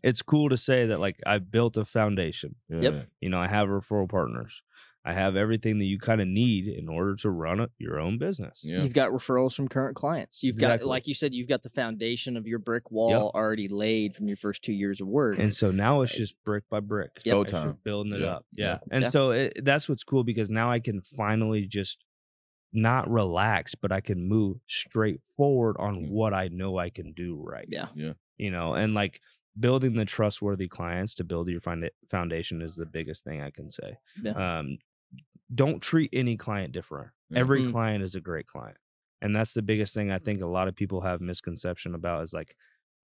it's cool to say that like I've built a foundation. Yeah. Yep. You know, I have referral partners. I have everything that you kind of need in order to run a, your own business. Yeah. You've got referrals from current clients. You've Exactly. got, like you said, you've got the foundation of your brick wall already laid from your first two years of work. And so now it's just brick by brick. Yep. Go It's just time. building it Yeah. up. Yeah. Yeah. And Yeah. so it, that's what's cool because now I can finally just not relax, but I can move straight forward on Mm. what I know I can do right. yeah, You know, and like building the trustworthy clients to build your founda- foundation is the biggest thing I can say. Um, don't treat any client different. Every Mhm. client is a great client. And that's the biggest thing I think a lot of people have misconception about is like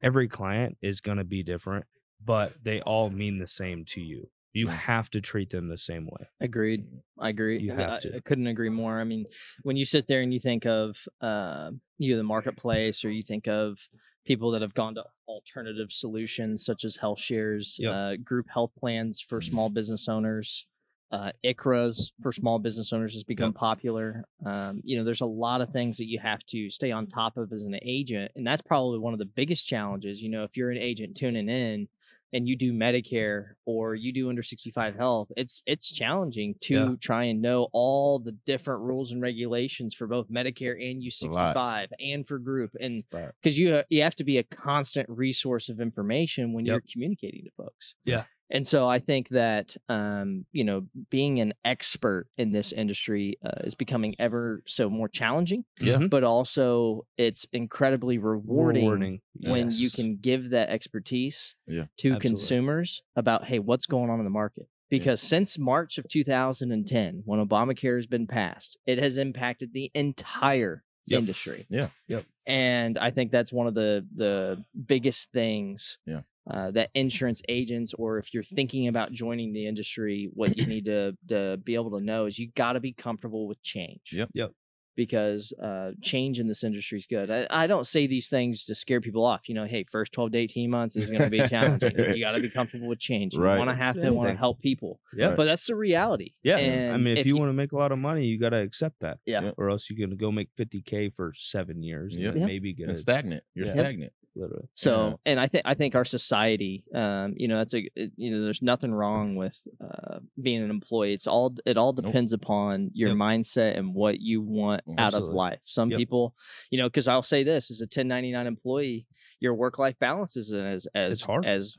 every client is going to be different, but they all mean the same to you. You Mhm. Mm-hmm. have to treat them the same way. agreed. I agree. You I, mean, have I- to. I couldn't agree more. I mean, when you sit there and you think of uh, you know, the marketplace, or you think of people that have gone to alternative solutions such as health shares, Yep. Mm-hmm. uh, group health plans for Mm. small business owners. Uh, ICRAs for small business owners has become popular. Um, you know, there's a lot of things that you have to stay on top of as an agent, and that's probably one of the biggest challenges. You know, if you're an agent tuning in and you do Medicare or you do under 65 health, it's it's challenging to Yeah. try and know all the different rules and regulations for both Medicare and lot. U65 and for group, and But because you you have to be a constant resource of information when Yep. you're communicating to folks. Yeah. And so I think that um, you know being an expert in this industry uh, is becoming ever so more challenging, Yeah. Mm-hmm. but also it's incredibly rewarding, rewarding when you yes. can give that expertise Yeah. to Absolutely. consumers about hey what's going on in the market because since March of 2010 when Obamacare has been passed, it has impacted the entire Yep. industry. Yeah. Yep. And I think that's one of the the biggest things Yeah. uh, that insurance agents or if you're thinking about joining the industry, what you need to to be able to know is you got to be comfortable with change. Yep. Yep. Because uh, change in this industry is good. I, I don't say these things to scare people off. You know, hey, first 12 to 18 months is going *laughs* to be challenging. you got to be comfortable with change. Right. You want to have to want to Anything. help people. Yeah. But that's the reality. Yeah, I And mean, if, you, want to make a lot of money, you got to accept that. Yeah. Yeah. or else you're gonna go make 50k for seven years and Yep. then Yeah. maybe get It's a stagnant. You're Yeah. stagnant. *laughs* literally. So, and I think I think our society, um, you know, that's a it- you know, there's nothing wrong with uh, being an employee. It's all it all Nope. depends upon your Yep. Oh, mindset and what you want out of Absolutely. life. Some Yep. people, you know, because I'll say this as a 1099 employee, your work life balance isn't as as hard. as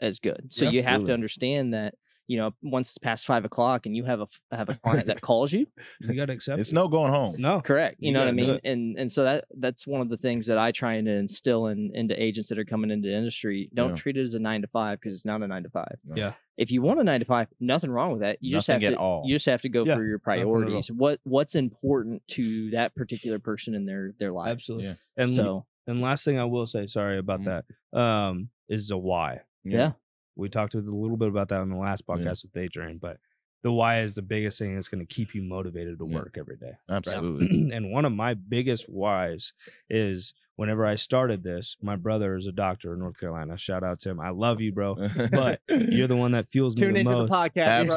as good. So Yeah, you have absolutely. to understand that. You know, once it's past five o'clock and you have a f- have a *laughs* client that calls you, You got to accept It's it. no going home. no, correct you, You know what i gotta do mean it. and and so that that's one of the things that i try and instill in into agents that are coming into the industry don't Yeah. treat it as a nine to five because it's not a nine to five No. Yeah. if you want a nine to five nothing wrong with that you just have Nothing to at all. you just have to go Yeah, for your at all. priorities what what's important to that particular person in their their life absolutely. Yeah. And so and last thing I will say, sorry about Mhm. that, um, is the why. yeah We talked a little bit about that in the last Yeah. podcast with Adrian, but the why is the biggest thing that's going to keep you motivated to Yeah. work every day. *clears throat* Absolutely. and one of my biggest whys is whenever I started this, my brother is a doctor in North Carolina. Shout out to him. I love you, *laughs* bro. But You're the one that fuels me tune the into most. the podcast bro.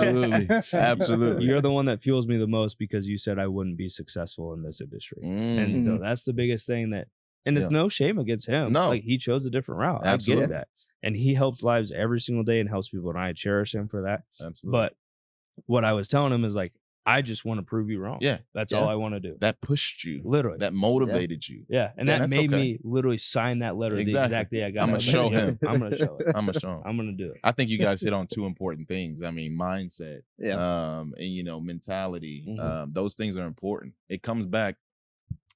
*laughs* absolutely. Absolutely. You're the one that fuels me the most because you said I wouldn't be successful in this industry. *laughs* Mm. And so Mm-hmm. that's the biggest thing that, and it's Yeah. no shame against him. No. like he chose a different route. I Absolutely. get that, and he helps lives every single day and helps people, and I cherish him for that. Absolutely. But what I was telling him is like, I just want to prove you wrong. Yeah. that's Yeah. all I want to do. that pushed you. literally, That motivated you. yeah, and Yeah, that that's made okay. me literally sign that letter the Exactly. exact day I got. I'ma it. show him. I'm *laughs* gonna show it. I'm a strong. *laughs* I'm gonna do it. I think you guys hit on two important things. I mean, mindset, yeah um, and you know, mentality. Mhm. Um, those things are important. It comes back,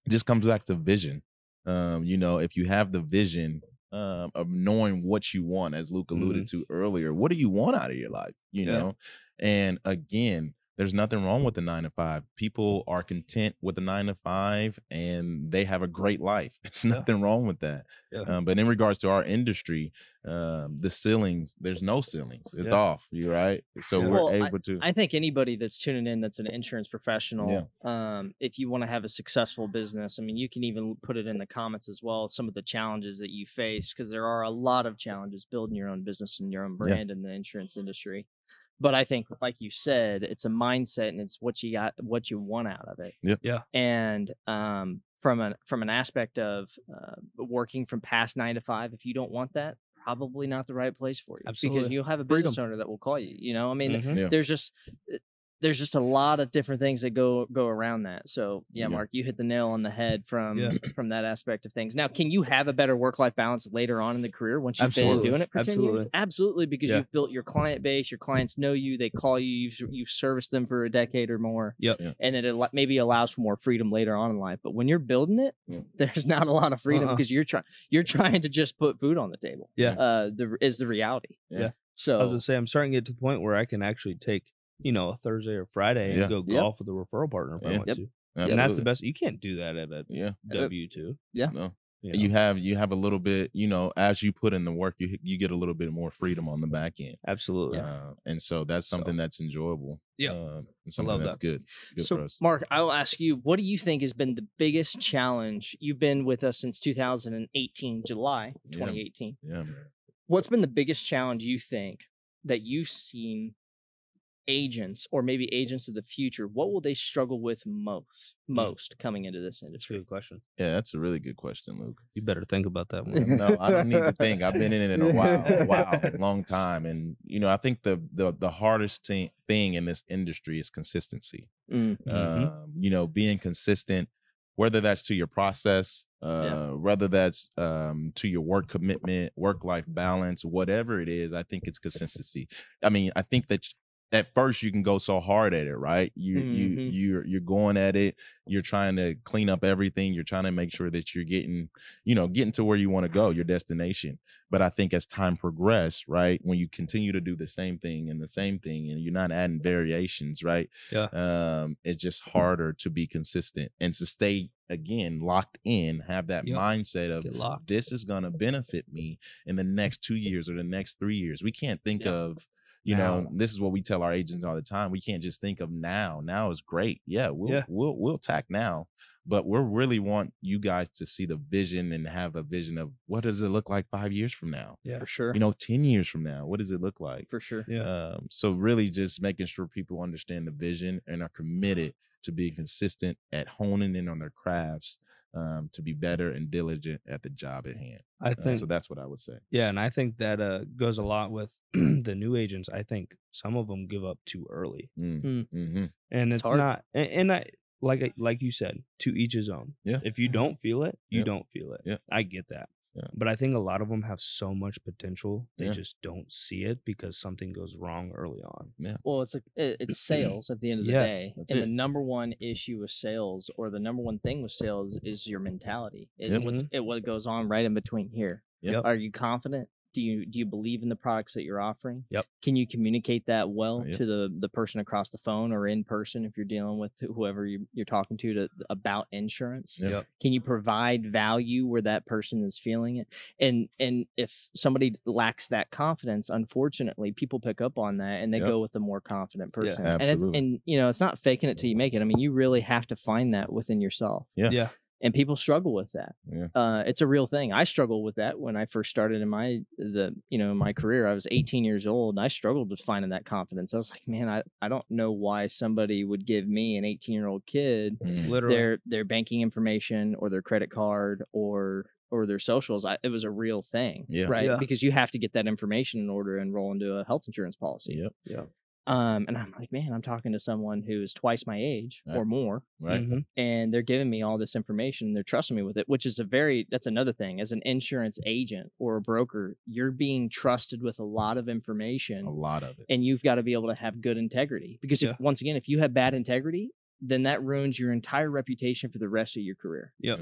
it just comes back to vision. Um, you know, if you have the vision um of knowing what you want, as Luke alluded to earlier, what do you want out of your life? You Mm-hmm. Yeah. know, and again, there's nothing wrong with the nine to five. People are content with the nine to five and they have a great life. *laughs* It's nothing wrong with that. Yeah. Um, but in regards to our industry, um, the ceilings, there's no ceilings. It's Yeah. off. You right? So Yeah. we're Well, able to. I think anybody that's tuning in that's an insurance professional, um, if you want to have a successful business, I mean, you can even put it in the comments as well, some of the challenges that you face, because there are a lot of challenges building your own business and your own brand in the insurance industry. But I think, like you said, it's a mindset and it's what you got, what you want out of it. Yep. Yeah. And um, from an from an aspect of uh, working from past nine to five, if you don't want that, probably not the right place for you. Because Absolutely. you'll have a Freedom. business owner that will call you. You know, I mean, Mhm. Yeah. there's just uh, there's just a lot of different things that go go around that. So yeah, Yeah. Mark, you hit the nail on the head from Yeah. *clears throat* from that aspect of things. Now, can you have a better work life balance later on in the career once you've Absolutely. been doing it for ten years? Absolutely. Absolutely, because Yeah. you've built your client base. Your clients know you. They call you. You've you've serviced them for a decade or more. Yep. Yeah. And it al- maybe allows for more freedom later on in life. But when you're building it, Yeah. *laughs* there's not a lot of freedom Uh-uh. because you're trying you're trying to just put food on the table. Yeah. Uh, the is the reality. Yeah. So I Oh. was gonna say I'm starting to get to the point where I can actually take you know a Thursday or Friday and Yeah. go Yep. golf with a referral partner if I Yeah. want Yep. to. And that's the Absolutely. best. You can't do that at a Yeah. Uh, W two. No. You, you know? have you have a little bit you know as you put in the work you you get a little bit more freedom on the back end absolutely. uh, and so that's something that's enjoyable Yeah. um, and something love that's that. good good so, for us Mark, I'll ask you, what do you think has been the biggest challenge? You've been with us since 2018, July Yeah. 2018. yeah man. What's been the biggest challenge you think that you've seen agents or maybe agents of the future, what will they struggle with most Mm. most coming into this That's a industry? good question. Yeah, that's a really good question, *laughs* Luke. You better think about *laughs* that one. Mm-hmm. no, I don't need to think. I've been in it in a while, wow, *laughs* a long time. And you know, I think the the the hardest thing thing in this industry is consistency. Mm, Mhm. Um, you know, being consistent, whether that's to your process, uh, whether that's um to your work commitment, work life balance, whatever it is, I think it's consistency. I mean, I think that at first you can go so hard at it, right? You you Mhm. you're you're going at it, you're trying to clean up everything, you're trying to make sure that you're getting you know, getting to where you want to go, your destination. But I think as time progressed, right, when you continue to do the same thing and the same thing and you're not adding variations, right? Yeah. Mm-hmm. Um, it's just harder to be consistent and to stay again locked in, have that Yep. mindset of Get locked. this is gonna benefit me in the next two years or the next three years. We can't think Yeah. of you know, Now. this is what we tell our agents all the time. We can't just think of now. Now is great. Yeah, we'll Yeah. we'll we'll tack now, but we really want you guys to see the vision and have a vision of what does it look like five years from now? Yeah. For sure. You know, ten years from now, what does it look like? for sure. Yeah. Um, so really just making sure people understand the vision and are committed to being consistent at honing in on their crafts um, to be better and diligent at the job at hand. I Uh, think so that's what I would say. Yeah, and I think that uh goes a lot with *clears throat* the new agents. I think some of them give up too early, Mm, Mm. mhm. and It's it's, hard. not. And, and I like I- like you said, to each his own. Yeah. If you don't feel it, you Yeah. don't feel it. Yeah. I get that. Yeah. But I think a lot of them have so much potential they Yeah. just don't see it because something goes wrong early on. Well, it's like it- *clears throat* it's sales at the end of the Yeah, day, that's and it. the number one issue with sales, or the number one thing with sales, is your mentality. It, Yep. what's, it what goes on right in between here. mm-hmm. Yep. Are you confident? Do you do you believe in the products that you're offering? Yep. Can you communicate that well Yep. to the the person across the phone or in person if you're dealing with whoever you, you're talking to to about insurance? Yeah. Yep. can you provide value where that person is feeling it and and if somebody lacks that confidence unfortunately people pick up on that and they Yep. go with the more confident Yeah, person and it's absolutely. and you know it's not faking it till you make it i mean you really have to find that within yourself Yeah. Yeah. and people struggle with that Yeah. uh, it's a real thing i struggled with that when i first started in my the you know in my career i was 18 years old and i struggled with finding that confidence i was like man i, I don't know why somebody would give me an 18 year old kid Mm. Literally. their their banking information or their credit card or or their socials I, it was a real thing Yeah. right Yeah. because you have to get that information in order to enroll into a health insurance policy Yep. um and i'm like man i'm talking to someone who is twice my age Right. or more Right. Mhm. and they're giving me all this information and they're trusting me with it which is a very that's another thing as an insurance agent or a broker you're being trusted with a lot of information A lot of it. and you've got to be able to have good integrity because if, Yeah. once again if you have bad integrity then that ruins your entire reputation for the rest of your career Yep.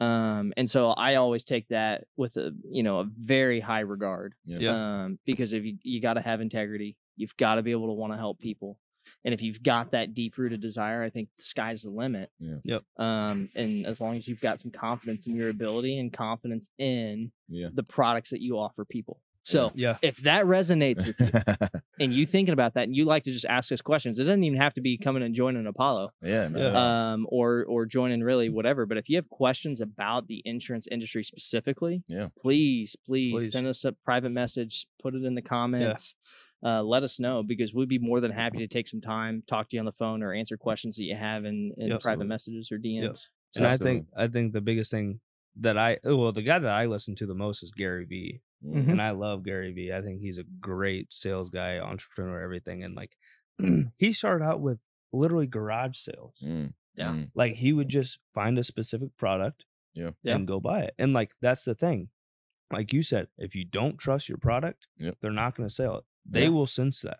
um and so i always take that with a you know a very high regard Yeah. um because if you, you got to have integrity you've got to be able to want to help people and if you've got that deep rooted desire i think the sky's the limit Yeah. Yep. um and as long as you've got some confidence in your ability and confidence in Yeah. the products that you offer people so Yeah. if that resonates with you and you thinking about that and you like to just ask us questions it doesn't even have to be coming and joining apollo *laughs* yeah. no, Yeah. no. um or or joining really whatever but if you have questions about the insurance industry specifically Yeah. please please, Please. send us a private message put it in the comments uh, let us know because we'd be more than happy to take some time talk to you on the phone or answer questions that you have in, in Yeah, private absolutely. messages or dms And I Absolutely. think I think the biggest thing that I oh, well the guy that I listen to the most is Gary Vee. Mm. and I love Gary Vee. I think he's a great sales guy, entrepreneur, everything. And like *clears throat* he started out with literally garage sales. Mm-hmm. Mm. Yeah. Mm. Like he would just find a specific product Yeah. Yeah. and go buy it. And like that's the thing. Like you said, if you don't trust your product, Yep. they're not going to sell it. They Yeah. will sense that.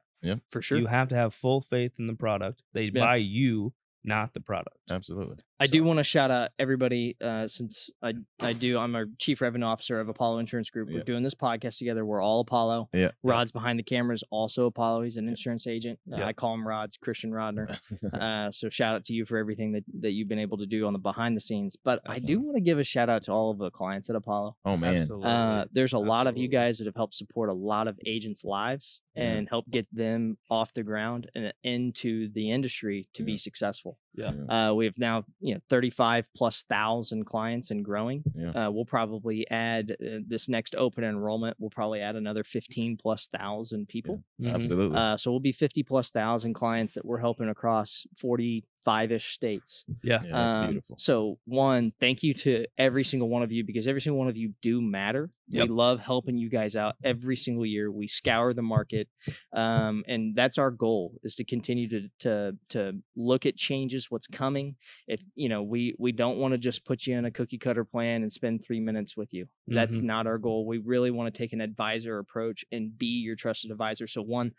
for sure You have to have full faith in the product. They Yeah. buy you, not the product. Absolutely. I So- do want to shout out everybody uh, since I I do I'm a chief revenue officer of Apollo Insurance Group. We're Yeah. doing this podcast together. We're all Apollo. Yeah. Rod's behind the cameras, also Apollo. He's an insurance agent. Uh, Yeah. I call him Rod's Christian *laughs* Rodner. uh, so shout out to you for everything that, that you've been able to do on the behind the scenes. But I do want to give a shout out to all of the clients at Apollo. Oh man. Uh, there's a lot of you Absolutely. guys that have helped support a lot of agents' lives Yeah. and help get them off the ground and into the industry to Yeah. be successful. Yeah. Uh, we have now you know 35 plus thousand clients and growing. Yeah. Uh, we'll probably add uh, this next open enrollment. We'll probably add another 15 plus thousand people. Mhm. Absolutely. Uh, so we'll be 50 plus thousand clients that we're helping across 45 ish states. Yeah. yeah, that's Um, beautiful. So one, thank you to every single one of you because every single one of you do matter. Yep. We love helping you guys out every single year. We scour the market, um, and that's our goal is to continue to to to look at changes, what's coming. If you know, we we don't want to just put you in a cookie cutter plan and spend three minutes with you. That's Mhm. not our goal. We really want to take an advisor approach and be your trusted advisor. So one,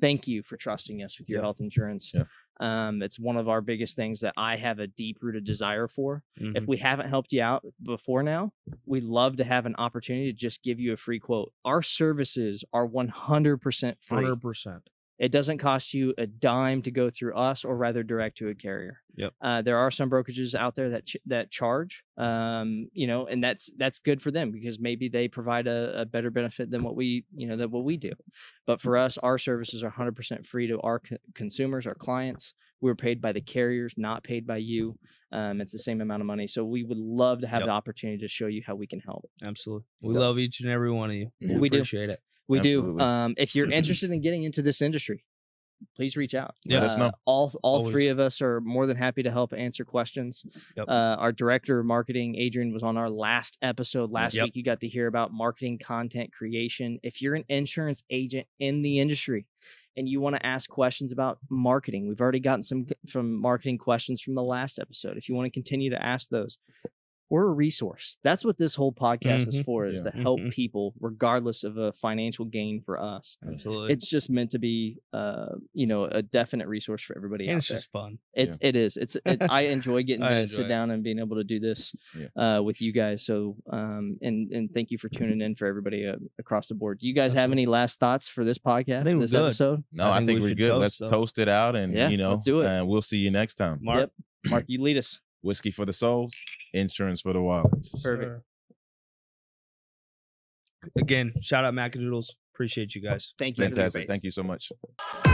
thank you for trusting us with your Yeah. health insurance. Yeah. Um, it's one of our biggest things that I have a deep rooted desire for. If Mhm. we haven't helped you out before now, we'd love to have an opportunity to just give you a free quote. Our services are 100% free. 100%. It doesn't cost you a dime to go through us, or rather direct to a carrier. Yep. Uh, there are some brokerages out there that ch- that charge, um, you know, and that's that's good for them because maybe they provide a, a better benefit than what we, you know, than what we do. But Mm. for us, our services are 100% free to our co- consumers, our clients. We're paid by the carriers, not paid by you. Um, it's the same amount of money, so we would love to have Yep. the opportunity to show you how we can help. Absolutely. We Yeah. love each and every one of you. Yeah. We do. appreciate it. We Absolutely. do. Um, *clears throat* if you're interested in getting into this industry, please reach out. Uh, Yeah. Let us know. All all Always. three of us are more than happy to help answer questions. Yep. Uh, our director of marketing, Adrian, was on our last episode last Yep. week. You got to hear about marketing content creation. If you're an insurance agent in the industry and you want to ask questions about marketing, we've already gotten some c- from marketing questions from the last episode. If you want to continue to ask those, we're a resource. That's what this whole podcast is Mhm. for, is Yeah. to help Mhm. people, regardless of a financial gain for us. Absolutely. It's just meant to be, uh, you know, a definite resource for everybody and out it's there. just fun. It's it is. It's it, I *laughs* enjoy getting I to enjoy sit it. down and being able to do this uh, with you guys. So um and and thank you for tuning in for everybody uh, across the board. Do you guys have Absolutely. any last thoughts for this podcast? think we're This good. *clears throat* episode, No, I think, we are should good. toast, let's though. toast it out, and Yeah, you know, let's do it. And we'll see you next time. Mark. Yep. Mark, you lead us. Whiskey for the souls, insurance for the wallets. Perfect. Sure. Again, shout out Macadoodles. Appreciate you guys. Thank you. for the Oh, Fantastic. space. Thank you so much.